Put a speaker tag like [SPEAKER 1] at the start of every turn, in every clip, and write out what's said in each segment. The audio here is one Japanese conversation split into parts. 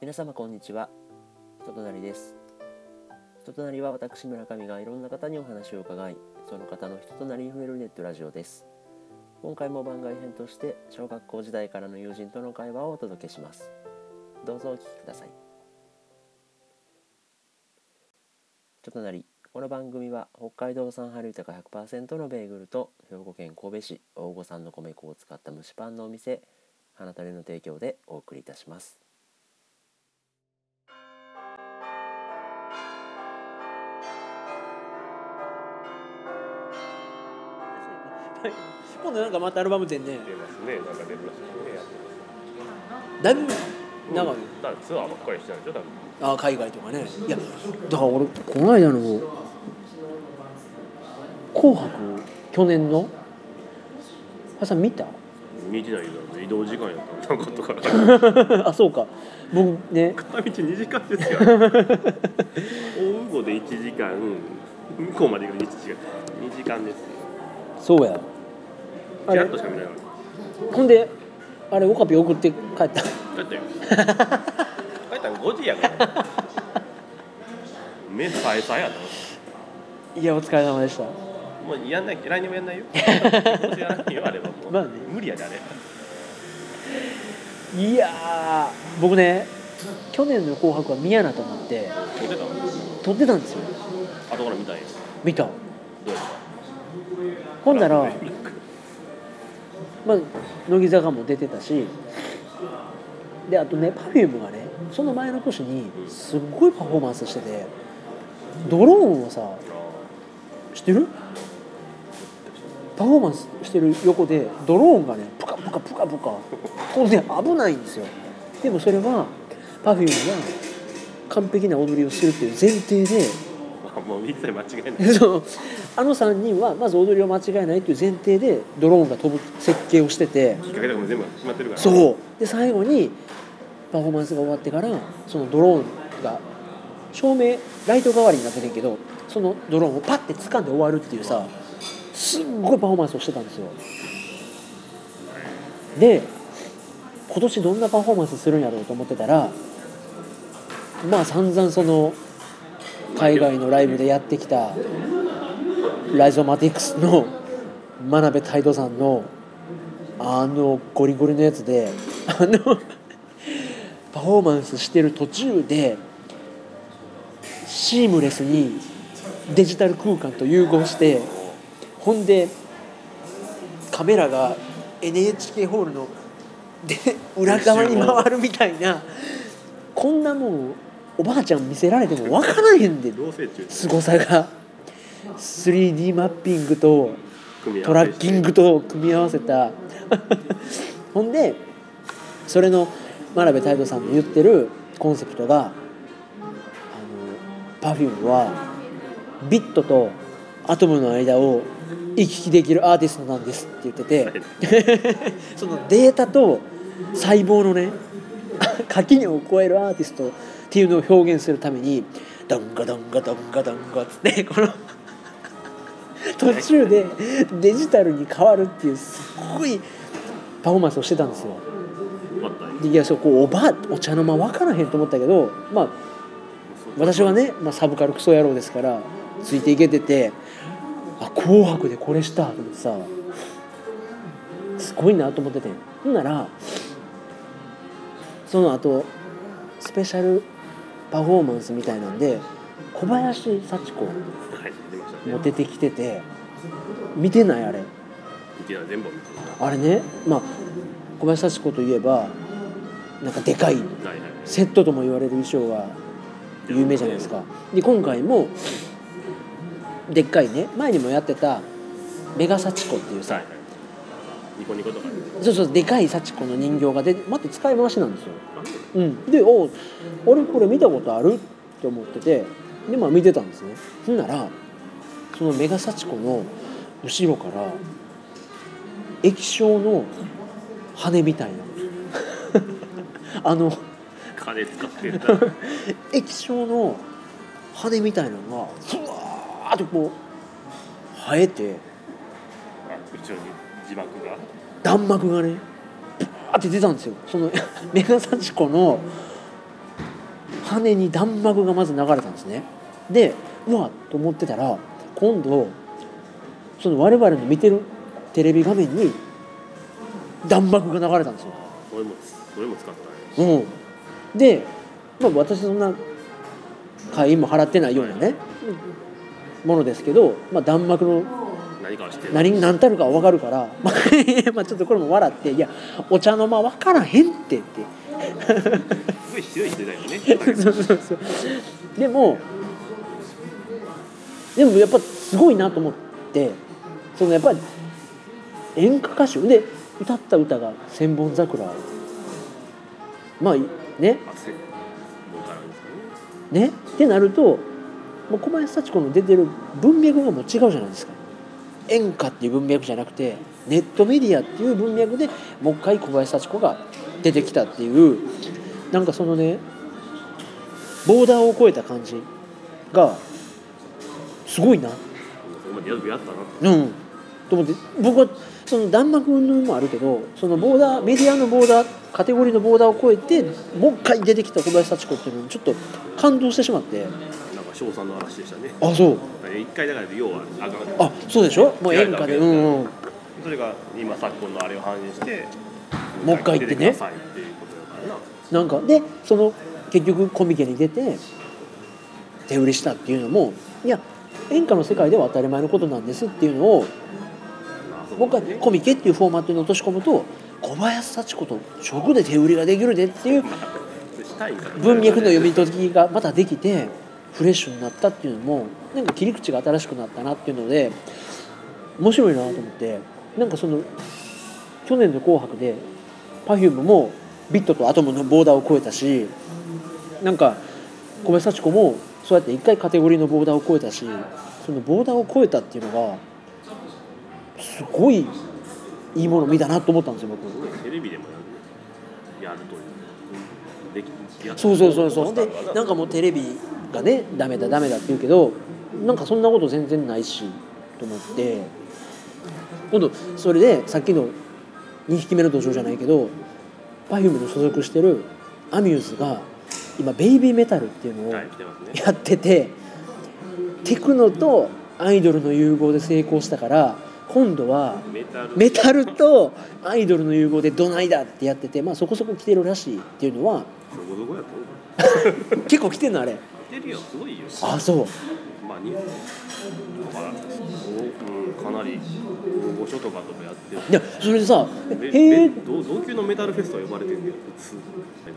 [SPEAKER 1] 皆様こんにちはととなりですととなりは私村上がいろんな方にお話を伺いその方の人となりに触れるネットラジオです今回も番外編として小学校時代からの友人との会話をお届けしますどうぞお聞きくださいととなりこの番組は北海道産春豊か100%のベーグルと兵庫県神戸市大御産の米粉を使った蒸しパンのお店花たれの提供でお送りいたします
[SPEAKER 2] 今度なんかまたアルバム展ね
[SPEAKER 3] 出ますね、なんか出るらしいね、やって
[SPEAKER 2] だいぶ
[SPEAKER 3] ま
[SPEAKER 2] 長い、
[SPEAKER 3] す。だからツアーばっかりしてたんでしょ、多分。
[SPEAKER 2] あ海外とかねいやだから俺この間の「紅白」去年のあさん見た
[SPEAKER 3] 見てないよ、移動時間やったんだ ことから。
[SPEAKER 2] あそうか僕ね
[SPEAKER 3] 片道2時間ですよ。大羽後で1時間、向こうまでが1時間、2時間ですよ。
[SPEAKER 2] そうやあ
[SPEAKER 3] ちらっ
[SPEAKER 2] れ
[SPEAKER 3] としか見ないか
[SPEAKER 2] ほんであれオカピ送って帰った
[SPEAKER 3] ら。帰ったよ。 帰ったの5時やから。目さえさえやった
[SPEAKER 2] いやお疲れ様でした
[SPEAKER 3] の。もうやんない、来年もやん ないよ。今年やらないよ、あれはもう。
[SPEAKER 2] まあね
[SPEAKER 3] 無理やで、あれ。
[SPEAKER 2] いやー僕ね去年の「紅白」は見やなと思って
[SPEAKER 3] 撮ってた
[SPEAKER 2] 撮ってたんですよ
[SPEAKER 3] 後から見たんや。
[SPEAKER 2] 見た
[SPEAKER 3] どうやっ
[SPEAKER 2] ほんならまあ、乃木坂も出てたしであとね Perfume がねその前の年にすっごいパフォーマンスしててドローンをさ
[SPEAKER 3] たあ
[SPEAKER 2] 知ってるパフォーマンスしてる横でドローンがねプカプカプカプカ当然危ないんですよでもそれは Perfume が完璧な踊りをするっていう前提で
[SPEAKER 3] ー もう一切間違いない。
[SPEAKER 2] そうあの3人はまず踊りを間違えないという前提でドローンが飛ぶ設計をしてて
[SPEAKER 3] きっかけとかも全部決まってるから
[SPEAKER 2] そうで最後にパフォーマンスが終わってからそのドローンが照明ライト代わりになっててんけどそのドローンをパッて掴んで終わるっていうさすっごいパフォーマンスをしてたんですよで今年どんなパフォーマンスするんやろうと思ってたらまあ散々その海外のライブでやってきたライゾマティクスの真鍋態度さんのあのゴリゴリのやつであのパフォーマンスしてる途中でシームレスにデジタル空間と融合してほんでカメラが NHK ホールので裏側に回るみたいなこんなもうおばあちゃん見せられても分からへんで
[SPEAKER 3] 同棲中
[SPEAKER 2] 凄さが 3D マッピングと
[SPEAKER 3] 組み合
[SPEAKER 2] ト
[SPEAKER 3] わ
[SPEAKER 2] ラ
[SPEAKER 3] せ
[SPEAKER 2] ッキングと組み合わせた ほんでそれの真鍋太斗さんの言ってるコンセプトがあの Perfume はビットとアトムの間を行き来できるアーティストなんですって言ってて そのデータと細胞のね 垣根を越えるアーティストっていうのを表現するためにダンガダンガダンガダンガっつってこの途中でデジタルに変わるっていうすっごいパフォーマンスをしてたんですよ。
[SPEAKER 3] 終わったよ
[SPEAKER 2] でいやそうこうおばあお茶の間分からへんと思ったけどまあ私はね、まあ、サブカルクソ野郎ですからついていけてて「あ紅白でこれした」と思ってさすごいなと思っててほんならその後スペシャルパフォーマンスみたいなんで小林幸子
[SPEAKER 3] はい出ましたね
[SPEAKER 2] も出てきてて見てないあれ
[SPEAKER 3] 見てない全部は見て
[SPEAKER 2] あれねまあ小林幸子といえばなんかでかい
[SPEAKER 3] ないはいはい
[SPEAKER 2] セットとも言われる衣装が有名じゃないですかで今回もでっかいね前にもやってたメガサチコっていう
[SPEAKER 3] はい
[SPEAKER 2] さ
[SPEAKER 3] はいニコニコとかで
[SPEAKER 2] そうそうでかいサチコの人形が出て待って使い回しなんですよ、うん、で「おう俺これ見たことある?」って思っててでまあ見てたんですねほんならそのメガサチコの後ろから液晶の羽みたいな あの
[SPEAKER 3] 金使ってた
[SPEAKER 2] 液晶の羽みたいなのがふわーっとこう生えて
[SPEAKER 3] あ後ろに字幕が
[SPEAKER 2] 弾幕がねブワーって出たんですよそのメガサチコの羽に弾幕がまず流れたんですねでうわっと思ってたら今度その我々の見てるテレビ画面に弾幕が流れたんですよ
[SPEAKER 3] 俺も俺も使ったね
[SPEAKER 2] うん、で、まあ、私そんな会員も払ってないようなねものですけど、まあ、弾幕の
[SPEAKER 3] 何かは知ってる
[SPEAKER 2] 何何たるかは分かるから、 まあ、まあちょっとこれも笑って「いやお茶の間分からへんって」って
[SPEAKER 3] すごいひどい時代よね
[SPEAKER 2] そうそうそうでもでもやっぱすごいなと思ってそのやっぱり演歌歌手で歌った歌が「千本桜」まあね
[SPEAKER 3] 汗もうからんですかね
[SPEAKER 2] ねってなるともう小林幸子の出てる文脈がもう違うじゃないですか演歌っていう文脈じゃなくてネットメディアっていう文脈でもう一回小林幸子が出てきたっていうなんかそのねボーダーを越えた感じがすごいな
[SPEAKER 3] そこまでややったなって
[SPEAKER 2] うん、と思って僕はその弾幕云々もあるけどそのボーダーメディアのボーダーカテゴリーのボーダーを越えてもう一回出てきた小林幸子っていうのにちょっと感動してしまって
[SPEAKER 3] なんか賞賛の嵐でしたね
[SPEAKER 2] あそう
[SPEAKER 3] 一回だから要はあかん
[SPEAKER 2] あそうでしょもう演歌でうんうん
[SPEAKER 3] それが今昨今のあれを反映して
[SPEAKER 2] もう一回言ってね
[SPEAKER 3] 出くださいっていうことだからな
[SPEAKER 2] なんかでその結局コミケに出て手売りしたっていうのもいや演歌の世界では当たり前のことなんですっていうのを
[SPEAKER 3] まあそこ
[SPEAKER 2] 僕
[SPEAKER 3] ま
[SPEAKER 2] は
[SPEAKER 3] でね
[SPEAKER 2] コミケっていうフォーマットに落とし込むと小林幸子と直で手売りができるでっていう
[SPEAKER 3] したいんかな
[SPEAKER 2] 文脈の読み解きがまたできてフレッシュになったっていうのもなんか切り口が新しくなったなっていうので面白いなと思ってなんかその去年の「紅白」で Perfume もビットとアトムのボーダーを超えたしなんか小林幸子もそうやって一回カテゴリーのボーダーを超えたしそのボーダーを超えたっていうのがすごいいいもの見たなと思ったんですよ僕。
[SPEAKER 3] テレビでもやるというできやった
[SPEAKER 2] そうそうそうそうでなん
[SPEAKER 3] か
[SPEAKER 2] かもうテレビがねダメだダメだって言うけどなんかそんなこと全然ないしと思って今度それでさっきの2匹目の土壌じゃないけど Perfume の所属してるアミューズが今ベイビーメタルっていうのを
[SPEAKER 3] はい
[SPEAKER 2] や
[SPEAKER 3] 来てますね
[SPEAKER 2] ってて、テクノとアイドルの融合で成功したから今度は
[SPEAKER 3] メタル
[SPEAKER 2] メタルとアイドルの融合でどないだってやってて、まあ、そこそこ来てるらしいっていうのは
[SPEAKER 3] どこどこやったの
[SPEAKER 2] 結構来てんのあれ
[SPEAKER 3] 来てるよすごいよ
[SPEAKER 2] あそう
[SPEAKER 3] まあにまあうんかなり大御所とかともやってる
[SPEAKER 2] いやそれでさ
[SPEAKER 3] め
[SPEAKER 2] 「へえ
[SPEAKER 3] め同同級のメタルフェスとは呼ばれてるんだよ普通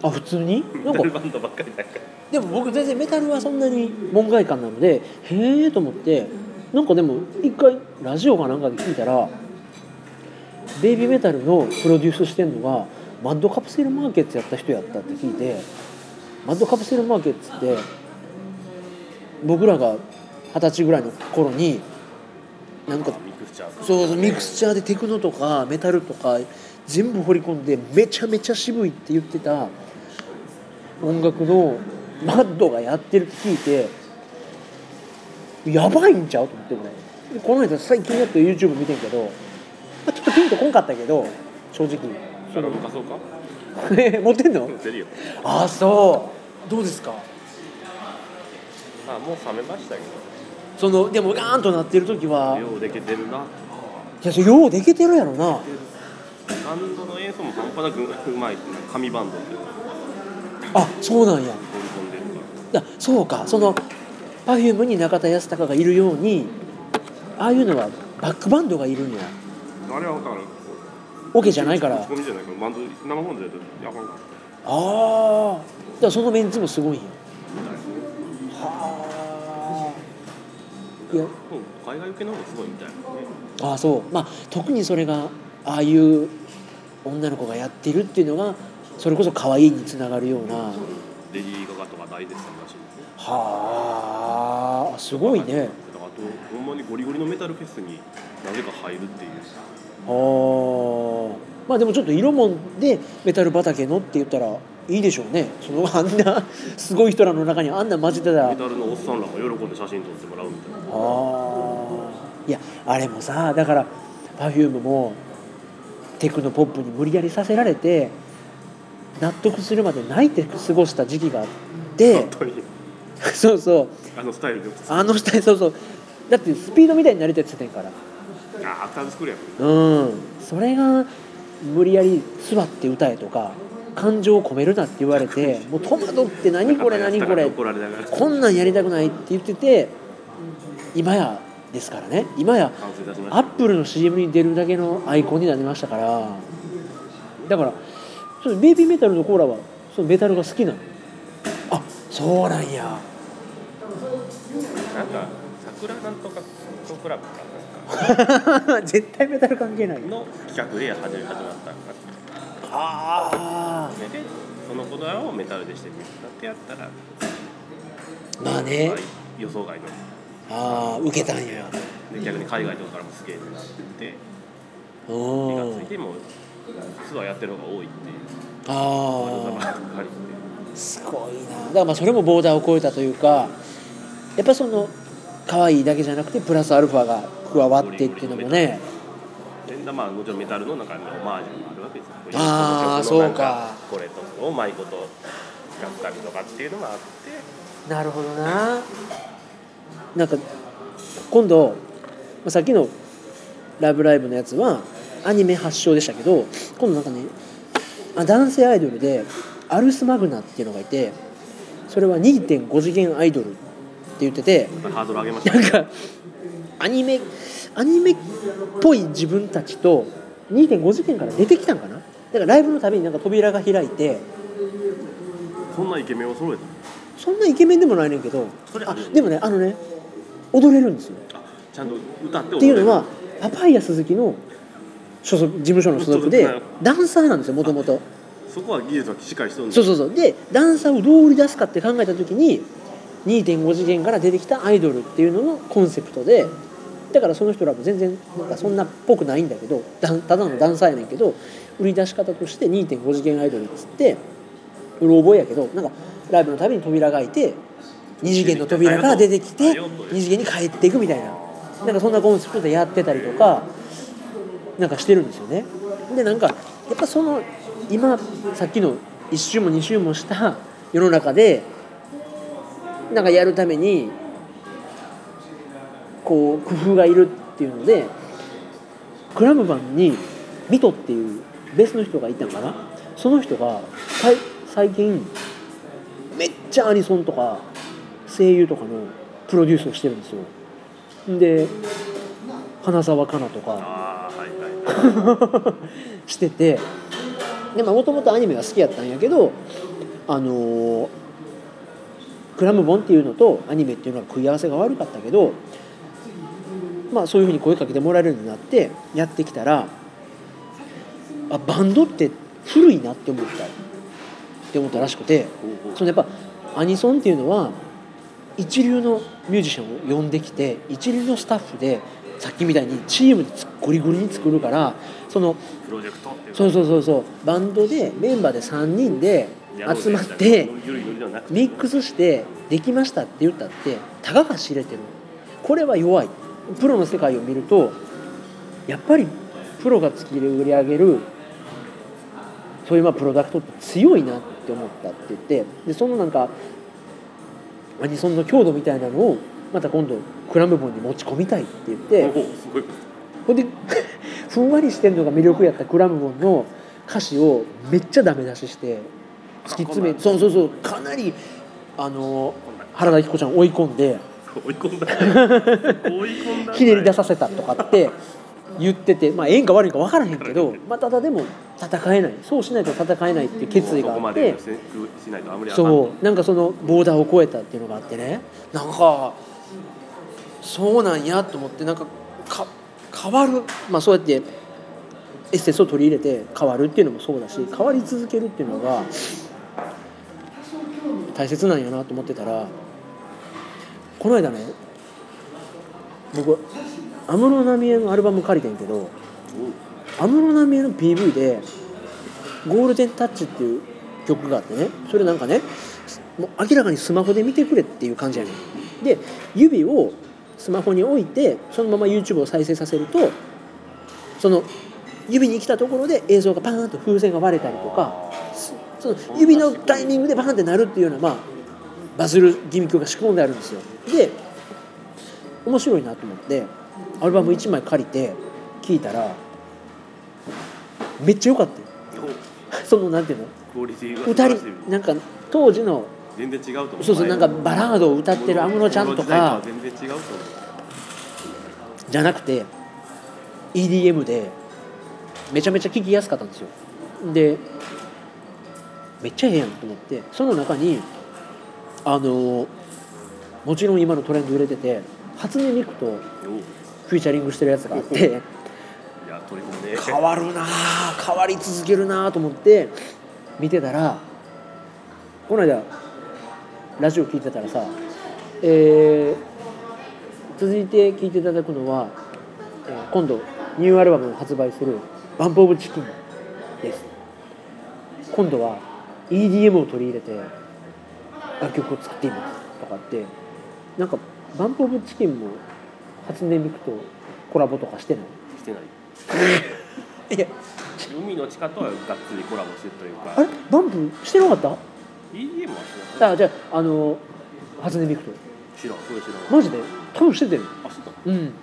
[SPEAKER 2] あ普通に?」な
[SPEAKER 3] メ
[SPEAKER 2] ん
[SPEAKER 3] タ
[SPEAKER 2] か
[SPEAKER 3] ルバンドばっかりだから
[SPEAKER 2] でも僕全然メタルはそんなに門外漢なので「へえ」と思ってなんかでも一回ラジオかなんかで聞いたらベイビーメタルのプロデュースしてんのがマッドカプセルマーケットやった人やったって聞いてマッドカプセルマーケットって僕らが二十歳ぐらいの頃になんか
[SPEAKER 3] ミクスチャーと
[SPEAKER 2] そうそうミクスチャーでテクノとかメタルとか全部掘り込んでめちゃめちゃ渋いって言ってた音楽のマッドがやってるって聞いてやばいんちゃうと思って俺でこの間最近やっと YouTube 見てんけど、まあちょっとピンとこんかったけど正直
[SPEAKER 3] それ昔そうか
[SPEAKER 2] 持ってんの
[SPEAKER 3] 出るよ
[SPEAKER 2] ああそうどうですか
[SPEAKER 3] あもう冷めましたけど
[SPEAKER 2] そのでもガーンとなってる時は
[SPEAKER 3] ようできてるない
[SPEAKER 2] やそれようできてるやろな
[SPEAKER 3] バンドの演奏も半端なくうまい紙バンドっていうのを
[SPEAKER 2] あそうなんや
[SPEAKER 3] 取り込んでるから
[SPEAKER 2] いやそうかその Perfume に中田泰孝がいるようにああいうのはバックバンドがいるんや
[SPEAKER 3] あれは分かる
[SPEAKER 2] オケじゃないから
[SPEAKER 3] 打ち
[SPEAKER 2] あ
[SPEAKER 3] 込みじゃないからバンド生本でやるとやばいから
[SPEAKER 2] あだからそのメンツもすごいんやはあいや
[SPEAKER 3] もう海外受けの方がすごいみたいなね
[SPEAKER 2] ああそうまあ特にそれがああいう女の子がやってるっていうのがそれこそ可愛いにつながるような
[SPEAKER 3] レディー・ガガとか大絶賛らしいですね
[SPEAKER 2] はあすごいね
[SPEAKER 3] だからあとほんまにゴリゴリのメタルフェスになぜか入るっていう
[SPEAKER 2] はあまあでもちょっと色もんでメタル畑のって言ったらいいでしょうねそのあんな すごい人らの中にあんな混じってたら
[SPEAKER 3] メ
[SPEAKER 2] あ
[SPEAKER 3] タルのおっさんらも喜んで写真撮ってもらうみたいな
[SPEAKER 2] あいやあれもさだから Perfume もテクノポップに無理やりさせられて納得するまで泣いて過ごした時期がで
[SPEAKER 3] 本当に
[SPEAKER 2] そうそう
[SPEAKER 3] あのスタイルであ
[SPEAKER 2] あの人そうそうだってスピードみたいになりたいって言ってたんやか
[SPEAKER 3] あアフターズスクールやもん
[SPEAKER 2] らう
[SPEAKER 3] ね
[SPEAKER 2] んそれが無理やり座って歌えとか感情を込めるなって言われ てもう戸惑って何これ何これ
[SPEAKER 3] 怒られながら
[SPEAKER 2] こんなんやりたくないって言ってて今やですからね今や
[SPEAKER 3] 完成出しま
[SPEAKER 2] ア
[SPEAKER 3] し
[SPEAKER 2] ップルの CM に出るだけのアイコンになりましたからだからそのベイビーメタルのコーラはそのメタルが好きなのあそうなんや
[SPEAKER 3] たなんか桜なんとかフォトクラブかなんか
[SPEAKER 2] 絶対メタル関係ない
[SPEAKER 3] の企画で始め始まったんか
[SPEAKER 2] あ
[SPEAKER 3] それでそのこだわをメタルでしてみるってやったら、
[SPEAKER 2] あまあね
[SPEAKER 3] まあ予想外の
[SPEAKER 2] ああ受けたんや
[SPEAKER 3] で逆に海外とかからもすげえってなってて
[SPEAKER 2] う
[SPEAKER 3] 気が
[SPEAKER 2] ん
[SPEAKER 3] ついてもツアーやってる方が多いっていう噂
[SPEAKER 2] あ
[SPEAKER 3] ばっかりです
[SPEAKER 2] ごいなだからまあそれもボーダーを超えたというかやっぱその可愛いだけじゃなくてプラスアルファが加わってっていうのもね
[SPEAKER 3] ででまあもちろんメタルの中のオマージュもあるわけですよ
[SPEAKER 2] あー
[SPEAKER 3] この
[SPEAKER 2] そう
[SPEAKER 3] 曲のなん
[SPEAKER 2] か
[SPEAKER 3] これとかをうまいこと使ったりとかっていうのがあって
[SPEAKER 2] なるほどななんか今度まあさっきの「ラブライブ!」のやつはアニメ発祥でしたけど今度なんかねあ男性アイドルでアルスマグナっていうのがいてそれは2.5次元アイドルって言ってて
[SPEAKER 3] またハードル上げました
[SPEAKER 2] なん
[SPEAKER 3] ね
[SPEAKER 2] かアニメアニメっぽい自分たちと2.5次元から出てきたんかなだからライブのたびになんか扉が開いて
[SPEAKER 3] そんなイケメンを揃えた
[SPEAKER 2] そんなイケメンでもないねんけど
[SPEAKER 3] それ
[SPEAKER 2] あでもねあのね踊れるんですよ
[SPEAKER 3] あちゃんと歌って踊れる
[SPEAKER 2] っていうのはパパイヤ鈴木の所属事務所の所属でダンサーなんですよもともと
[SPEAKER 3] そこは技術はしっかりしとるんだ
[SPEAKER 2] そうそうそうでダンサーをどう売り出すかって考えた時に2.5次元から出てきたアイドルっていうののコンセプトでだからその人らも全然なんかそんなっぽくないんだけどだんただのダンサーやねんけど売り出し方として2.5次元アイドルっつってうろ覚えやけどなんかライブのたびに扉が開いて2次元の扉から出てきて2次元に帰っていくみたいななんかそんなコンセプトでやってたりとかなんかしてるんですよね。でなんかやっぱその今さっきの1周も2周もした世の中でなんかやるためにこう工夫がいるっていうのでクラムバンにミトっていうベースの人がいたのかなその人がさい最近めっちゃアニソンとか声優とかのプロデュースをしてるんですよで花澤香菜とか
[SPEAKER 3] ああはいはい
[SPEAKER 2] しててでもともとアニメが好きやったんやけどあのークラムボンっていうのとアニメっていうのは食い合わせが悪かったけどまあそういうふうに声かけてもらえるようになってやってきたらあバンドって古いなって思ったって思ったらしくてそのやっぱアニソンっていうのは一流のミュージシャンを呼んできて一流のスタッフでさっきみたいにチームでつゴリゴリに作るからその
[SPEAKER 3] プロジェクトっていうか
[SPEAKER 2] そうそうそうそうバンドでメンバーで3人で
[SPEAKER 3] やろうぜ
[SPEAKER 2] 集まって
[SPEAKER 3] ゆるゆるではなくて
[SPEAKER 2] ミックスしてできましたって言ったってたかが知れてるこれは弱いプロの世界を見るとやっぱりプロが突き売り上げるそういうまあプロダクトって強いなって思ったって言ってでそのなんかアニソンの強度みたいなのをまた今度クラムボンに持ち込みたいって言って
[SPEAKER 3] おおすごい
[SPEAKER 2] ほんで ふんわりしてるのが魅力やったクラムボンの歌詞をめっちゃダメ出しして突き詰め
[SPEAKER 3] あ
[SPEAKER 2] そうそうそうかなりあの
[SPEAKER 3] こんなん
[SPEAKER 2] 原田彦ちゃんを追い込んで
[SPEAKER 3] 追い込んだ追い込んだ
[SPEAKER 2] ひねり出させたとかって言っててまあええんか悪いんか分からへんけど、まあ、ただでも戦えないそうしないと戦えないっていう決意が
[SPEAKER 3] そこ
[SPEAKER 2] あ
[SPEAKER 3] ま
[SPEAKER 2] っ
[SPEAKER 3] で
[SPEAKER 2] て
[SPEAKER 3] ししないとあんまりあかん
[SPEAKER 2] そうなんかそのボーダーを越えたっていうのがあってねなんかそうなんやと思ってなんかか変わるまあそうやってエッセンスを取り入れて変わるっていうのもそうだし変わり続けるっていうのが大切なんやなと思ってたらこの間ね僕安室奈美恵のアルバム借りてんけど安室奈美恵の PV で「ゴールデンタッチ」っていう曲があってねそれなんかねもう明らかにスマホで見てくれっていう感じやねんで指をスマホに置いてそのまま YouTube を再生させるとその指に来たところで映像がパーンと風船が割れたりとかその指のタイミングでバーンってなるっていうようなまあバズるギミックが仕込んであるんですよで面白いなと思ってアルバム1枚借りて聴いたらめっちゃ良かったよ そのなんていうの
[SPEAKER 3] クオリティが素
[SPEAKER 2] 歌
[SPEAKER 3] 晴
[SPEAKER 2] に
[SPEAKER 3] らしい
[SPEAKER 2] なんか当時の
[SPEAKER 3] 全然違うと思う
[SPEAKER 2] そうそうなんかバラードを歌ってる安室ちゃんとか
[SPEAKER 3] 全然違うと思う
[SPEAKER 2] じゃなくて EDM でめちゃめちゃ聴きやすかったんですよでめっちゃええやんと思ってその中にあのもちろん今のトレンド売れてて初音ミクと
[SPEAKER 3] おう
[SPEAKER 2] フィーチャリングしてるやつがあって
[SPEAKER 3] いや取り込むね
[SPEAKER 2] 変わるなあ変わり続けるなあと思って見てたらこの間ラジオ聞いてたらさ、えー続いて聞いていただくのは、えー今度ニューアルバムを発売する「バンプ・オブ・チキン」です今度は EDM を取り入れて楽曲を作っていますとかってなんかバンプ・オブ・チキンも初音ミクとコラボとかしてない
[SPEAKER 3] してない
[SPEAKER 2] いや
[SPEAKER 3] 海の地下とはがっつりコラボしてるというか
[SPEAKER 2] あれバンプしてなかった
[SPEAKER 3] EDM はしなかっ
[SPEAKER 2] あじゃああの初音ミクと
[SPEAKER 3] た知らんそれ知らん
[SPEAKER 2] マジで多分しててる
[SPEAKER 3] あそうだ
[SPEAKER 2] うん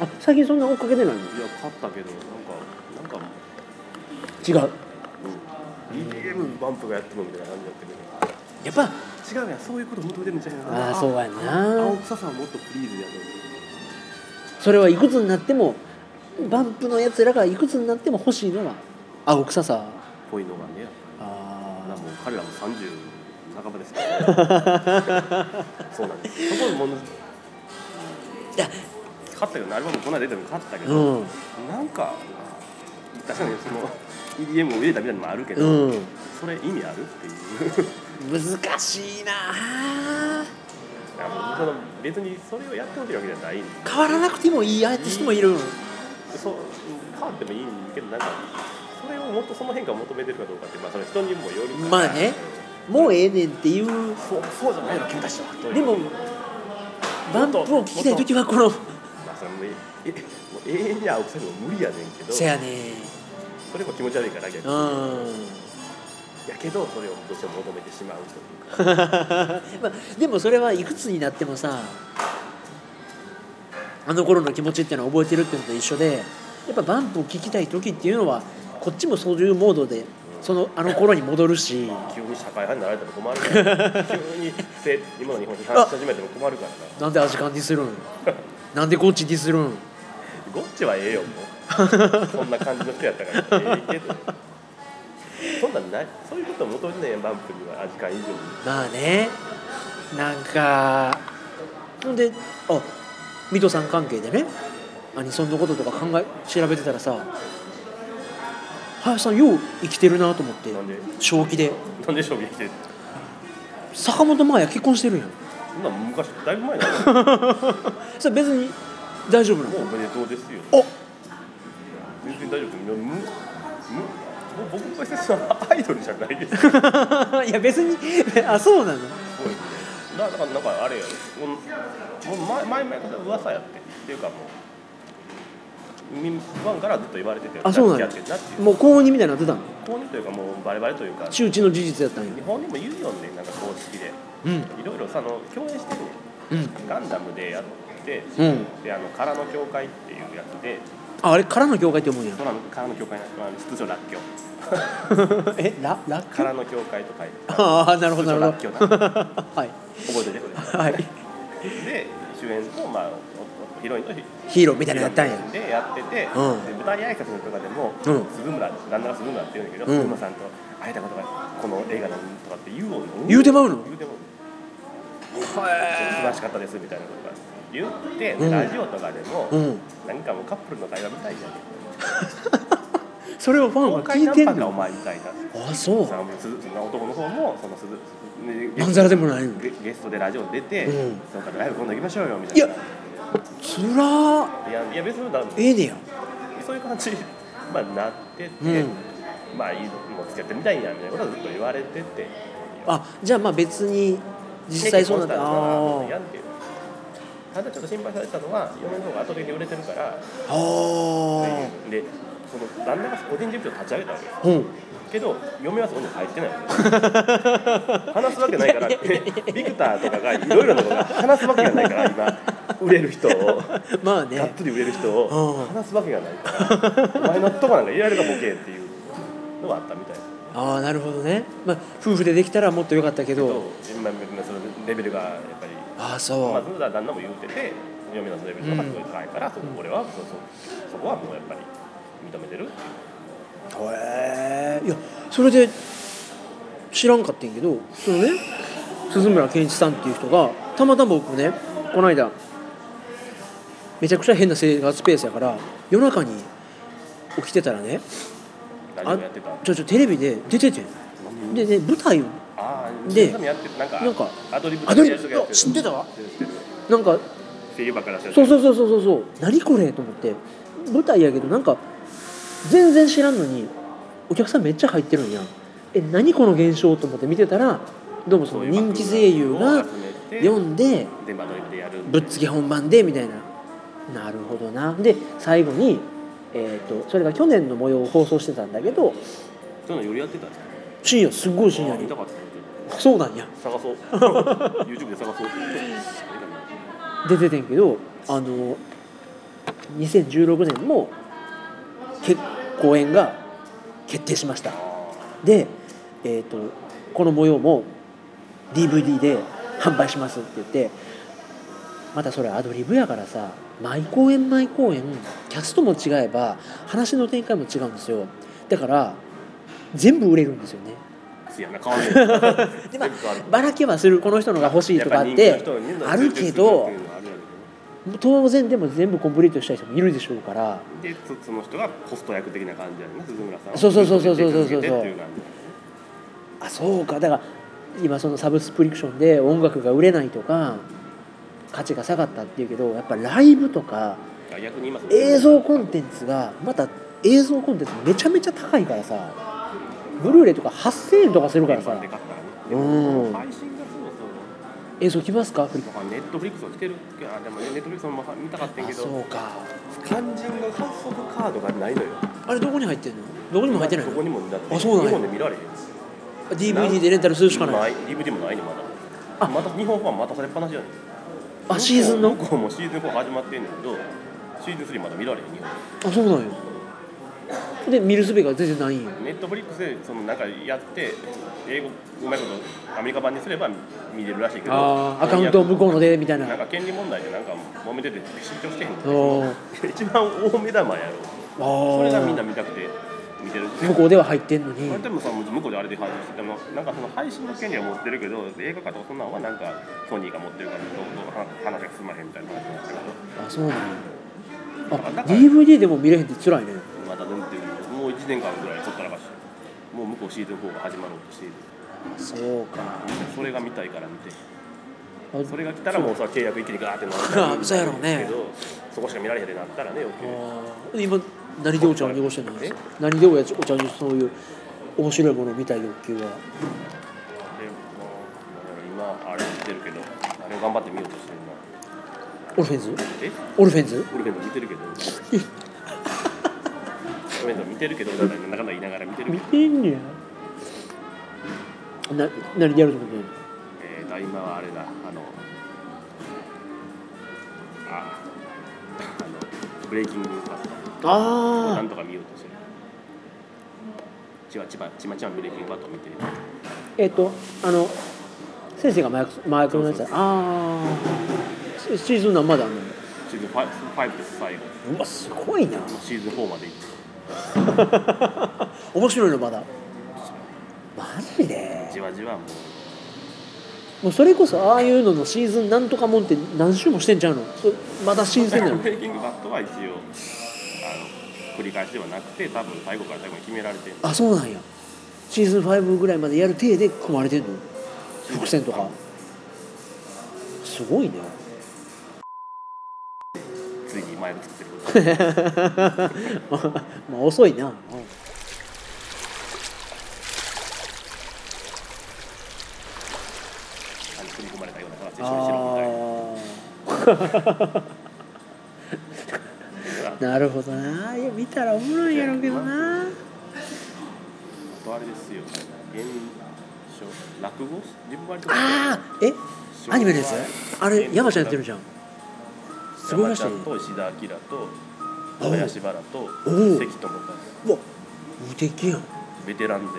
[SPEAKER 2] あ最近そんな追っかけてないの
[SPEAKER 3] いや買ったけどなんかなんか、
[SPEAKER 2] 違う
[SPEAKER 3] うん、EDM バンプがやってるみたいな感じだった
[SPEAKER 2] やっぱ
[SPEAKER 3] けど違うやんそういうこと求めてるんじゃない
[SPEAKER 2] ああそうやん
[SPEAKER 3] 青
[SPEAKER 2] な
[SPEAKER 3] 臭さはもっとフリーズやと思う
[SPEAKER 2] それはいくつになってもバンプのやつらがいくつになっても欲しいのは青臭さ
[SPEAKER 3] ぽいのがね
[SPEAKER 2] あ
[SPEAKER 3] ただ
[SPEAKER 2] ー
[SPEAKER 3] もう彼らも30半ばですから、 ね、そうなんですそこでもの
[SPEAKER 2] いや
[SPEAKER 3] 勝ったけどアルバムこんな出ても勝ったけ
[SPEAKER 2] う
[SPEAKER 3] ど、
[SPEAKER 2] ん
[SPEAKER 3] なんか確かにその EDM を入れたみたいなのもあるけど、
[SPEAKER 2] うん
[SPEAKER 3] それ意味あるっていう
[SPEAKER 2] 難しいなあ
[SPEAKER 3] だからその別にそれをやってほしいわけじゃないんで
[SPEAKER 2] 変わらなくてもいいアーティストもいる
[SPEAKER 3] そう変わってもいいけどなんかそれをもっとその変化を求めてるかどうかって、まあ、その人にもよるから
[SPEAKER 2] まあねもうええねんっていう
[SPEAKER 3] そうそうじゃないの君たちはという
[SPEAKER 2] でもバンプを聴きたい時はこの
[SPEAKER 3] まあそれもええもう永遠に青臭いのも無理やねんけど
[SPEAKER 2] せやね
[SPEAKER 3] それも気持ち悪いから逆
[SPEAKER 2] う
[SPEAKER 3] に
[SPEAKER 2] ん
[SPEAKER 3] やけどそれをどうしても求めてしまうというか
[SPEAKER 2] まあでもそれはいくつになってもさあの頃の気持ちっていうのは覚えてるっていうのと一緒でやっぱバンプを聴きたい時っていうのはこっちもそういうモードでそのあの頃に戻るし
[SPEAKER 3] 急に社会派になられたら困るから急にせ今の日本批判し始めても困るからな
[SPEAKER 2] なんで味感ディスるんなんでこっちディスるん
[SPEAKER 3] ゴッチはええよもうそんな感じの人やったからええけどそんなんないそういうことを求めないバンプには味間以上に
[SPEAKER 2] まあねなんかほんであ水戸さん関係でねアニソンのこととか考え調べてたらさ林さんよう生きてるなと思って
[SPEAKER 3] なんで
[SPEAKER 2] 正気で
[SPEAKER 3] なんで衝撃で
[SPEAKER 2] 坂本真綾結婚してるんやん
[SPEAKER 3] そんなん昔だいぶ前だよも
[SPEAKER 2] それ別に大丈夫なの
[SPEAKER 3] うおめでとうですよ
[SPEAKER 2] お
[SPEAKER 3] 全然大丈夫ですむむもう僕としてはアイドルじゃないですよす
[SPEAKER 2] いや別にあそうなの
[SPEAKER 3] ごいねだからなんかあれやもうもう前前々から噂やってっていうかもうみファンからずっと言われてて
[SPEAKER 2] あそうなんや
[SPEAKER 3] やってんなっていう
[SPEAKER 2] もう高2みたいになってたの
[SPEAKER 3] 公認というかもうバレバレというか
[SPEAKER 2] 周知の事実やったんや
[SPEAKER 3] 日本にも言うよねなんか公式でい
[SPEAKER 2] うん
[SPEAKER 3] ろいろさあの共演してるね
[SPEAKER 2] うん
[SPEAKER 3] ガンダムでやって
[SPEAKER 2] うん
[SPEAKER 3] であの空の教会っていうやつで
[SPEAKER 2] ああれからの教会って思うん や
[SPEAKER 3] 空の空の教会なあの出場らっきょう
[SPEAKER 2] えララッキ
[SPEAKER 3] 空
[SPEAKER 2] ョ
[SPEAKER 3] の教会と書いて
[SPEAKER 2] ああなるほどなる
[SPEAKER 3] 出
[SPEAKER 2] ほ
[SPEAKER 3] 場らっきょ
[SPEAKER 2] ど
[SPEAKER 3] うな
[SPEAKER 2] はい
[SPEAKER 3] 覚えててこれ
[SPEAKER 2] はい
[SPEAKER 3] で主演と、まあ、おおヒロインとヒ
[SPEAKER 2] ヒーローみたいなのやったんや
[SPEAKER 3] でやってて、
[SPEAKER 2] うん
[SPEAKER 3] で舞台挨拶のとかでも、
[SPEAKER 2] うん
[SPEAKER 3] 鈴村旦那が鈴村って言うんだけど、
[SPEAKER 2] うん
[SPEAKER 3] 鈴村さんと会えたことがこの映画のとかって言うの
[SPEAKER 2] 言うてまうの
[SPEAKER 3] 言うてまう素晴
[SPEAKER 2] へ
[SPEAKER 3] らしかったですみたいなことが言って、
[SPEAKER 2] うん
[SPEAKER 3] ラジオとかでも、
[SPEAKER 2] えうん
[SPEAKER 3] なんかもうカップルの会話みたいじゃん
[SPEAKER 2] それをファン
[SPEAKER 3] 公
[SPEAKER 2] は
[SPEAKER 3] 開
[SPEAKER 2] 聞い
[SPEAKER 3] ナン
[SPEAKER 2] て
[SPEAKER 3] パ
[SPEAKER 2] ん
[SPEAKER 3] かお
[SPEAKER 2] の
[SPEAKER 3] 前みたいな
[SPEAKER 2] あそう
[SPEAKER 3] その鈴その男の方もその鈴ねゲ
[SPEAKER 2] まんざらでもないの
[SPEAKER 3] ゲゲストでラジオ出て、
[SPEAKER 2] うん
[SPEAKER 3] そうかライブ今度行きましょうよみたいない
[SPEAKER 2] やつらー
[SPEAKER 3] いやいや別にだ
[SPEAKER 2] ええねや
[SPEAKER 3] そういう感じに、 まあ、なってて、
[SPEAKER 2] うん
[SPEAKER 3] まあいいもう付き合ってみたいんやみたいなことはずっと言われてて
[SPEAKER 2] あじゃあまあ別に実際そうなんだ
[SPEAKER 3] で
[SPEAKER 2] あ
[SPEAKER 3] 結婚したらまあや
[SPEAKER 2] ー
[SPEAKER 3] んけどただちょっと心配されてたのは嫁の方が圧倒的に売れてるから
[SPEAKER 2] あ
[SPEAKER 3] でその旦那が個人事務所立ち上げたわけです
[SPEAKER 2] あうん
[SPEAKER 3] けど嫁はそこに入ってない わけ話すわけないからってビクターとかがいろいろなことが話すわけがないから今売れる人を
[SPEAKER 2] まあ
[SPEAKER 3] がっ
[SPEAKER 2] ね
[SPEAKER 3] つり売れる人を
[SPEAKER 2] うん
[SPEAKER 3] 話すわけがないからお前のとこなんか入れられるかボケっていうのはあったみたいです
[SPEAKER 2] ああなるほどね、まあ、夫婦でできたらもっと良かったけ
[SPEAKER 3] けど
[SPEAKER 2] ど
[SPEAKER 3] 今そのレベルがやっぱり
[SPEAKER 2] ああ
[SPEAKER 3] まあ
[SPEAKER 2] そ
[SPEAKER 3] ずっと旦那も言うてて嫁のレベルとかすごい高いから、そこ俺はそうそうそこはもうやっぱり認めてるっていう
[SPEAKER 2] うへえいやそれで知らんかったんやけどそのね鈴村健一さんっていう人がたまたま僕ねこの間めちゃくちゃ変な生活ペースやから夜中に起きてたらね
[SPEAKER 3] 何をやってた
[SPEAKER 2] ちょちょテレビで出ててんでね舞台を
[SPEAKER 3] ああ
[SPEAKER 2] で
[SPEAKER 3] やってなんか
[SPEAKER 2] なんか
[SPEAKER 3] アドリブ
[SPEAKER 2] アドリ
[SPEAKER 3] やるとかやっ
[SPEAKER 2] ブ
[SPEAKER 3] てる
[SPEAKER 2] 知ってたわ
[SPEAKER 3] 知ってる
[SPEAKER 2] なんか
[SPEAKER 3] 声優ばっかりやってる
[SPEAKER 2] そうそうそうそうそうそう何これと思って舞台やけどなんか全然知らんのにお客さんめっちゃ入ってるんやえ何この現象と思って見てたらどうもその人気声優が読んで
[SPEAKER 3] でアドリブでやる
[SPEAKER 2] ぶっつけ本番でみたいななるほどなで最後に、えー、とそれが去年の模様を放送してたんだけど
[SPEAKER 3] そういうのよりやってたんですか
[SPEAKER 2] 深夜すっごい深夜
[SPEAKER 3] あー見
[SPEAKER 2] に
[SPEAKER 3] たかった
[SPEAKER 2] そうなんや
[SPEAKER 3] 探 そう YouTube で探 そう
[SPEAKER 2] 出ててんけどあの2016年もけ公演が決定しましたで、えー、とこの模様も DVD で販売しますって言ってまたそれアドリブやからさ毎公演毎公演キャストも違えば話の展開も違うんですよだから全部売れるんですよね
[SPEAKER 3] せやな変わんねえ
[SPEAKER 2] でまあ
[SPEAKER 3] 全部ある
[SPEAKER 2] ばらけはするこの人のが欲しいとかあっ
[SPEAKER 3] や
[SPEAKER 2] て
[SPEAKER 3] ぱ人気の人にみんな
[SPEAKER 2] あるけど
[SPEAKER 3] 集中するっていうのはあるやろうけど
[SPEAKER 2] 当然でも全部コンプリートしたい人もいるでしょうから
[SPEAKER 3] でそその人がホスト役的な感じやねんな鈴村さんを
[SPEAKER 2] そうそうそうそうそうそうそう
[SPEAKER 3] ずっと出てっていう感じ
[SPEAKER 2] あそうかだから今そのサブスクリプションで音楽が売れないとか価値が下がったっていうけどやっぱライブとか
[SPEAKER 3] あ逆に今その
[SPEAKER 2] 映像コンテンツがまた映像コンテンツめちゃめちゃ高いからさブルーレイとか8000円とかするからさ
[SPEAKER 3] で買ったらね
[SPEAKER 2] うん
[SPEAKER 3] 配信がそうそう
[SPEAKER 2] 映像来ますかフリップ
[SPEAKER 3] だからネットフリックスを来てるあでもネットフリックスも見たかったんや
[SPEAKER 2] あ
[SPEAKER 3] けど
[SPEAKER 2] そうか
[SPEAKER 3] 肝心の観測カードがないのよ
[SPEAKER 2] あれどこに入ってんのどこにも入ってない
[SPEAKER 3] ど
[SPEAKER 2] の
[SPEAKER 3] こにもだって
[SPEAKER 2] あそうなんや
[SPEAKER 3] 日本で見られへんですよ
[SPEAKER 2] DVD でレンタルするしかない
[SPEAKER 3] DVD もないねまだ
[SPEAKER 2] あ
[SPEAKER 3] また日本版またされっぱなしやねん
[SPEAKER 2] あシーズンの
[SPEAKER 3] 向こうもシーズン4始まってんねんけどシーズン3まだ見られへん日本
[SPEAKER 2] あそうなんよで見るすべが全然ないんよ
[SPEAKER 3] ネットフリックスでそのなんかやって英語うまいことアメリカ版にすれば見れるらしいけど
[SPEAKER 2] あーアカウントを向こうのでみたいな
[SPEAKER 3] なんか権利問題でなんか揉めてて慎重してへん
[SPEAKER 2] おー
[SPEAKER 3] 一番大目玉やろ
[SPEAKER 2] あ
[SPEAKER 3] それがみんな
[SPEAKER 2] ー
[SPEAKER 3] 見たくて見てるっていう
[SPEAKER 2] 向こうでは入ってんのに
[SPEAKER 3] これでもさ向こうであれで配信しててもなんかその配信の権利は持ってるけど映画化とかそんなんはなんかソニーが持ってるからどうどうは話が進まへんみたいな話になったけど
[SPEAKER 2] あそうなんやあ
[SPEAKER 3] あだから
[SPEAKER 2] DVD でも見れへんって辛いね
[SPEAKER 3] また全然もう1年間ぐらいほったらかしもう向こうシーズン4が始まろうとしている
[SPEAKER 2] そうか
[SPEAKER 3] それが見たいから見て
[SPEAKER 2] あ
[SPEAKER 3] それが来たらもうさ契約一気にガーってなる
[SPEAKER 2] あそうやろうね
[SPEAKER 3] けどそこしか見られへんってなったらね余計
[SPEAKER 2] あー今何でお茶を濁してるの
[SPEAKER 3] え
[SPEAKER 2] 何でお茶を濁してそういう面白いものを見たい欲求は
[SPEAKER 3] でもう今あれ見てるけどあれを頑張って見ようとしてるな
[SPEAKER 2] オルフェンズ
[SPEAKER 3] え
[SPEAKER 2] オルフェンズ
[SPEAKER 3] オルフェンズ見てるけどオルフェンズ見てるけどなんかなんだか言いながら見てるけ
[SPEAKER 2] 見
[SPEAKER 3] ど、
[SPEAKER 2] てんねやな何でやると思ってんの
[SPEAKER 3] えー、と今はあれだあのああのブレイキングバットな
[SPEAKER 2] あ
[SPEAKER 3] んとか見ようとしてるちまちまちまちまブレイキングバット見てる
[SPEAKER 2] あえっ、とあの先生が麻薬麻薬のやつ
[SPEAKER 3] そう
[SPEAKER 2] だ
[SPEAKER 3] そう
[SPEAKER 2] ああシーズン何まであんの
[SPEAKER 3] シーズン 5, 5です最後
[SPEAKER 2] うわすご いな
[SPEAKER 3] シーズン4まで行って
[SPEAKER 2] 面白いのまだマジで
[SPEAKER 3] じわじわもう
[SPEAKER 2] もうそれこそああいうののシーズンなんとかもんって何週もしてんちゃうのそれまだ新鮮なの
[SPEAKER 3] ブレイキングバットは一応あの繰り返しではなくて多分最後から最後に決められてる
[SPEAKER 2] あそうなんやシーズン5ぐらいまでやる体で組まれてんの伏線とかすごいね
[SPEAKER 3] ついに前を作ってること
[SPEAKER 2] まあ まあ遅い な
[SPEAKER 3] あの組み込まれたような形で
[SPEAKER 2] あ
[SPEAKER 3] 処理しろみたいな
[SPEAKER 2] ー なるほどないや見たらおもろいやろうけどな
[SPEAKER 3] あとあれですよ芸人賞落語自分割と
[SPEAKER 2] ああえアニメのやつあれ山ちゃんやってるじゃんすごいらしい
[SPEAKER 3] 山ちゃんと石田明と林原と関智一
[SPEAKER 2] うわ無敵やん
[SPEAKER 3] ベテラン勢が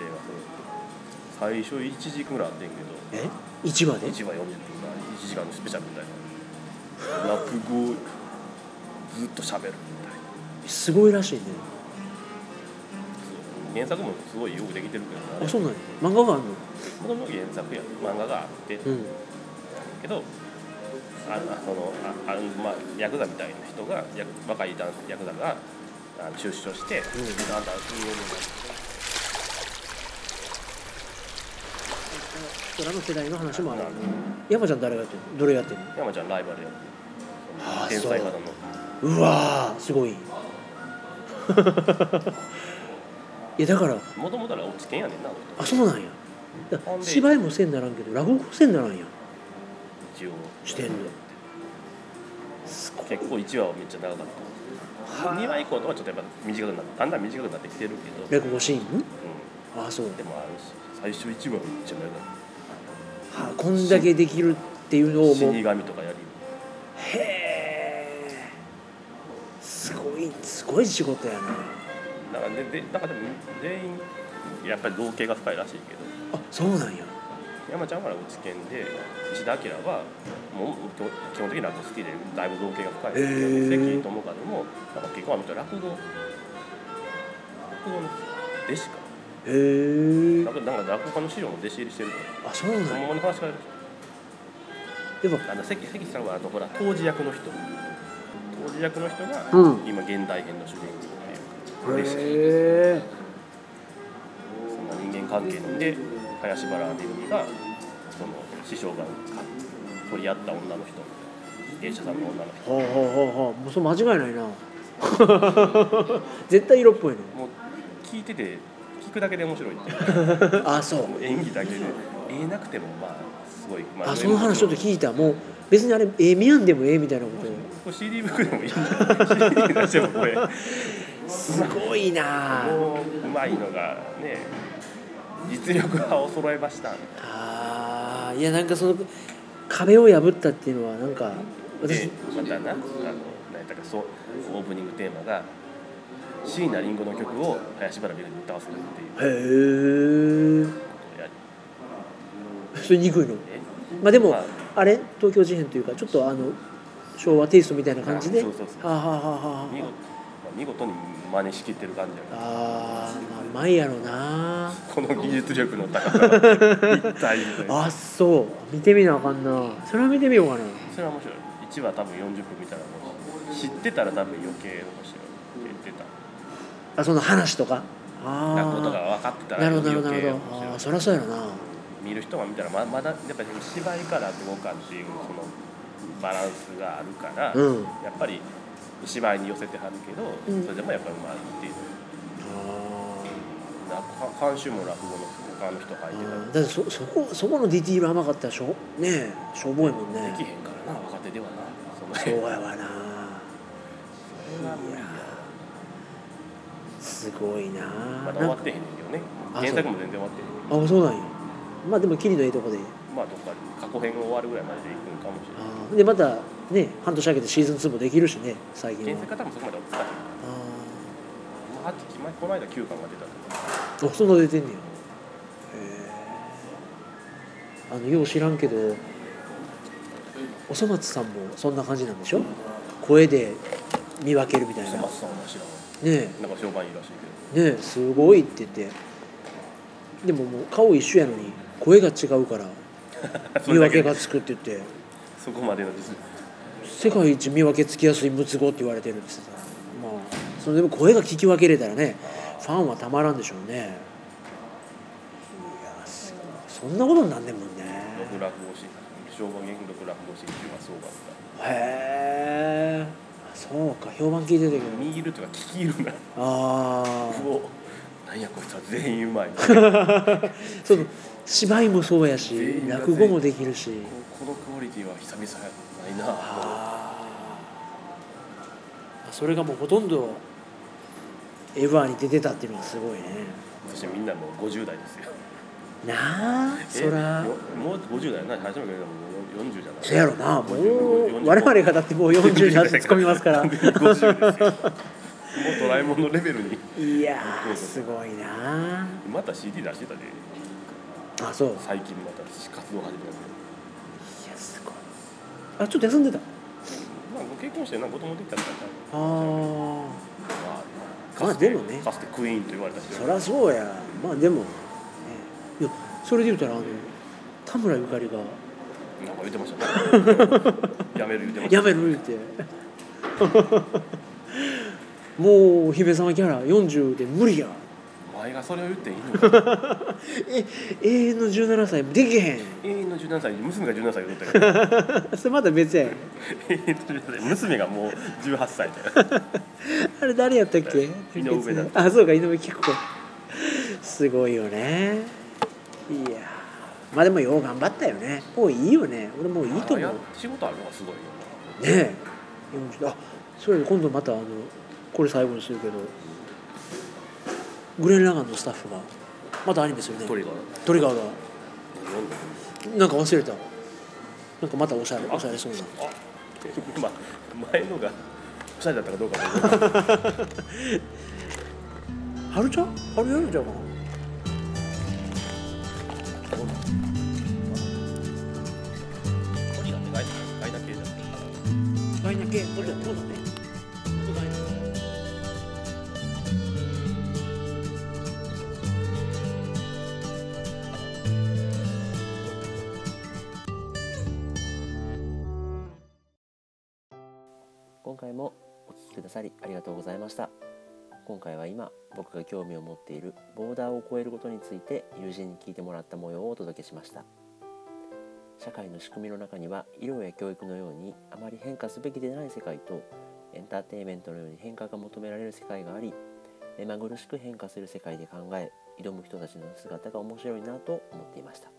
[SPEAKER 3] それ最初1時間ぐらいあってんけ
[SPEAKER 2] え一話
[SPEAKER 3] ど
[SPEAKER 2] で
[SPEAKER 3] 1話40分ぐらい1時間のスペシャルみたいな落語ずっと喋るみたいな
[SPEAKER 2] すごいらしいね
[SPEAKER 3] そう原作もすごいよくできてるけど
[SPEAKER 2] あ
[SPEAKER 3] な
[SPEAKER 2] そうなんや漫画があんの
[SPEAKER 3] もともと原作や漫画があって
[SPEAKER 2] うん
[SPEAKER 3] けど、あのそのああのまあ、ヤクザみたいな人がヤク若い男ヤクザがあの出所して、なんだそういうのが
[SPEAKER 2] ドラの世代の話もあるよね山ちゃん誰がやってるのどれがやってるの
[SPEAKER 3] 山ちゃんライバルや
[SPEAKER 2] ああ
[SPEAKER 3] 天
[SPEAKER 2] そう
[SPEAKER 3] 才肌の
[SPEAKER 2] うわーすごい いやだから
[SPEAKER 3] もともとは落ちてんやねんな
[SPEAKER 2] あそうなんやだ
[SPEAKER 3] ほんで
[SPEAKER 2] 芝居もせんならんけど落語もせんならんや
[SPEAKER 3] 一応
[SPEAKER 2] してんのすご
[SPEAKER 3] 結構1話はめっちゃ長かった2話以降とはちょっとやっぱ短くなってだんだん短くなってきてるけど、
[SPEAKER 2] 落語シーン
[SPEAKER 3] う
[SPEAKER 2] あそうは
[SPEAKER 3] ん、でもあるし最初1話めっちゃ長かっ
[SPEAKER 2] あこんだけできるっていうの
[SPEAKER 3] た
[SPEAKER 2] をもう
[SPEAKER 3] 死神とかやり
[SPEAKER 2] へえすごいすごい仕事やな
[SPEAKER 3] なんかででなんかでも全員やっぱり造形が深いらしいけど
[SPEAKER 2] あそうなんや
[SPEAKER 3] 山ちゃんは落ち研で石田明はもう基本的に落語好きでだいぶ造形が深い
[SPEAKER 2] へー
[SPEAKER 3] 関智一もなんか結構あの人落語落語の弟子か
[SPEAKER 2] へえ
[SPEAKER 3] なんかなんか落語家の資料も弟子入りしてるから
[SPEAKER 2] あそうなん
[SPEAKER 3] そのま
[SPEAKER 2] や
[SPEAKER 3] まの話が
[SPEAKER 2] でも
[SPEAKER 3] あの関関さんはあのほら当時役の人当時役の人が
[SPEAKER 2] うん
[SPEAKER 3] 今現代編の主人公ってい
[SPEAKER 2] へえ
[SPEAKER 3] う弟子そんな人間関係で林原めぐみがその師匠が取り合った女の人芸者さんの女の人
[SPEAKER 2] はあはあはあはあもうそれ間違いないな 絶対色っぽいね
[SPEAKER 3] もう聞いてて聞くだけで面白いっていう
[SPEAKER 2] あそう
[SPEAKER 3] もう演技だけで言えなくてもまあすごい、ま
[SPEAKER 2] あその話ちょっと
[SPEAKER 3] い
[SPEAKER 2] 聞いたもう別にあれええ見やんでもええみたいなこと
[SPEAKER 3] て CD ブックでもいいんじゃない CD 出してもこれも
[SPEAKER 2] すごいなあ
[SPEAKER 3] ううまいのがね実力派を揃えました
[SPEAKER 2] あーいやなんかその壁を破ったっていうのはなんか私
[SPEAKER 3] でまたなあの何だかそうオープニングテーマが椎名林檎の曲を林原めぐみに歌わせるっていう
[SPEAKER 2] へ
[SPEAKER 3] こ
[SPEAKER 2] え
[SPEAKER 3] とをやっ
[SPEAKER 2] それ憎いの
[SPEAKER 3] て
[SPEAKER 2] まあでも
[SPEAKER 3] まあ
[SPEAKER 2] あれ東京事変というかちょっとあの昭和テイストみたいな感じで
[SPEAKER 3] あ
[SPEAKER 2] は
[SPEAKER 3] そうそうそう
[SPEAKER 2] あはあはあは
[SPEAKER 3] 見事,、まあ、見事に真似しきってる感じやから
[SPEAKER 2] ああーまあうまいやろな
[SPEAKER 3] この技術力の高さが一体みたいな
[SPEAKER 2] あそう見てみなあかんなそれは見てみようかな
[SPEAKER 3] それは面白い1話多分40分見たらもう知ってたら多分余計面白いって言って
[SPEAKER 2] あその話とか
[SPEAKER 3] た
[SPEAKER 2] あ
[SPEAKER 3] 落語とか
[SPEAKER 2] あ
[SPEAKER 3] 分かってたら
[SPEAKER 2] なる
[SPEAKER 3] 余
[SPEAKER 2] ほどなるほどなるほ
[SPEAKER 3] 計面
[SPEAKER 2] どああー
[SPEAKER 3] 白い
[SPEAKER 2] そりゃそうやろな
[SPEAKER 3] 見る人が見たらままだやっぱり芝居から落語かっていうそのバランスがあるから、
[SPEAKER 2] うん
[SPEAKER 3] やっぱり芝居に寄せてはるけど、
[SPEAKER 2] うん
[SPEAKER 3] それでもやっぱりうまいっていうなか監修も落語の他の人書いて
[SPEAKER 2] あだ
[SPEAKER 3] た
[SPEAKER 2] ってそそこそこのディティール甘かったらしょねえしょぼいもん
[SPEAKER 3] らでき
[SPEAKER 2] ね
[SPEAKER 3] へんからな若手ではなその
[SPEAKER 2] そう
[SPEAKER 3] 辺
[SPEAKER 2] やわなすごいな
[SPEAKER 3] まだ終
[SPEAKER 2] な
[SPEAKER 3] わ
[SPEAKER 2] ん
[SPEAKER 3] っ
[SPEAKER 2] か
[SPEAKER 3] てへんねんけどね
[SPEAKER 2] あ
[SPEAKER 3] 原作も全然終わってへん
[SPEAKER 2] あそうなんやまあでもキリのええとこで
[SPEAKER 3] まあどっかで過去編が終わるぐらいまででいくんかもしれない
[SPEAKER 2] あーでまたね半年かけてシーズン2もできるしね最近
[SPEAKER 3] 原
[SPEAKER 2] は
[SPEAKER 3] 作は多分そこまで落ちた
[SPEAKER 2] あ
[SPEAKER 3] まあ、き前この間9巻が出たとか
[SPEAKER 2] ーあそんな出てんねやへえあのよう知らんけどおそ松さんもそんな感じなんでしょ声で見分けるみたいなね
[SPEAKER 3] 松さんは知らん
[SPEAKER 2] え
[SPEAKER 3] なんか評判いいらしいけ
[SPEAKER 2] ねえすごいって言ってでももう顔一緒やのに声が違うから
[SPEAKER 3] どそ
[SPEAKER 2] 見
[SPEAKER 3] れだ
[SPEAKER 2] 分け
[SPEAKER 3] けで
[SPEAKER 2] がつく って言って
[SPEAKER 3] そこまでの実力
[SPEAKER 2] 世界一見分けつきやすいムツゴって言われてるんですまあそれでも声が聞き分けれたらねファンはたまらんでしょうねいやすごいそんなことになんねんもんね
[SPEAKER 3] 六落語師評判元六落語師っていうのはそうだっ
[SPEAKER 2] へ
[SPEAKER 3] た
[SPEAKER 2] えそうか評判聞いてたけど
[SPEAKER 3] 見るとか聞き入るな
[SPEAKER 2] あ
[SPEAKER 3] うおなんやこいつは全員うまい こ
[SPEAKER 2] あ その芝居もそうやし
[SPEAKER 3] 全員が全
[SPEAKER 2] 落
[SPEAKER 3] 員
[SPEAKER 2] 語もできるし
[SPEAKER 3] このクオリティは久々やないな
[SPEAKER 2] ああそれがもうほとんどエヴァに出てたっていうのはすごいね
[SPEAKER 3] そしてみんなもう50代ですよ
[SPEAKER 2] なあ そら
[SPEAKER 3] えよもう50代な初めて見たのもう40じゃない
[SPEAKER 2] そやろなも
[SPEAKER 3] 45
[SPEAKER 2] う我々がだってもう40になって突っ込みますか ら
[SPEAKER 3] 50ですよもうドラえもんのレベルに
[SPEAKER 2] いやーすごいな
[SPEAKER 3] また CD 出してたで
[SPEAKER 2] あそうい
[SPEAKER 3] 最近また活動始めたけど
[SPEAKER 2] やすごいあちょっと休んでた
[SPEAKER 3] まあご結婚してなんか子供できたんだか
[SPEAKER 2] あ
[SPEAKER 3] ら
[SPEAKER 2] ー
[SPEAKER 3] まあ
[SPEAKER 2] まあ
[SPEAKER 3] かつて
[SPEAKER 2] でもね
[SPEAKER 3] かつてクイーンと言われた人
[SPEAKER 2] そりゃそうやまあでも、ね、いやそれで言うたらあの田村ゆかりが
[SPEAKER 3] なんか言ってましたね やめる言ってました
[SPEAKER 2] やめるって もうお姫様キャラ40で無理や
[SPEAKER 3] お前がそれを言っていいのか
[SPEAKER 2] え永遠の17歳できへん
[SPEAKER 3] 永遠の17歳娘が17歳を言ったけ ど
[SPEAKER 2] それまた別やん
[SPEAKER 3] 永遠の17歳娘がもう18歳だよ
[SPEAKER 2] あれ誰やったっけ
[SPEAKER 3] 井上だ
[SPEAKER 2] あそうか井上結子すごいよねいやまあでもよう頑張ったよねもういいよね俺もういいと思う
[SPEAKER 3] あ
[SPEAKER 2] ね
[SPEAKER 3] や仕事あるのがすごいよ
[SPEAKER 2] え40あそれより今度またあのこれ最後にするけどグレン・ラガンのスタッフがまたアニメするね
[SPEAKER 3] なトリガー
[SPEAKER 2] トリガーが
[SPEAKER 3] 読んだ
[SPEAKER 2] なんか忘れたなんかまたおしゃれおしゃれそうな
[SPEAKER 3] あ まあ前のがおしゃれだったかどうかは分かんない
[SPEAKER 2] 春ちゃん春やるじゃんかな
[SPEAKER 3] トリガーって外だ系じゃない
[SPEAKER 2] ガイナ系これこうだねガイナ
[SPEAKER 1] 今回もお聞きくださりありがとうございました今回は今僕が興味を持っているボーダーを超えることについて友人に聞いてもらった模様をお届けしました社会の仕組みの中には医療や教育のようにあまり変化すべきでない世界とエンターテインメントのように変化が求められる世界があり目まぐるしく変化する世界で考え挑む人たちの姿が面白いなと思っていました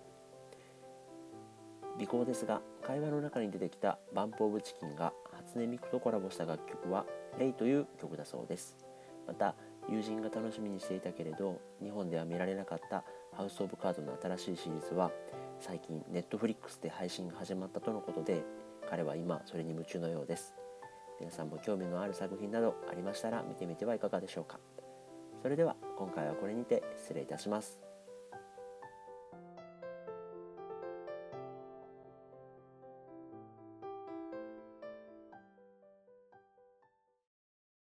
[SPEAKER 1] 尾行ですが会話の中に出てきたバンプ・オブ・チキンが初音ミクとコラボした楽曲は「レイ」という曲だそうですまた友人が楽しみにしていたけれど日本では見られなかった「ハウス・オブ・カード」の新しいシリーズは最近 Netflix で配信が始まったとのことで彼は今それに夢中のようです皆さんも興味のある作品などありましたら見てみてはいかがでしょうかそれでは今回はこれにて失礼いたします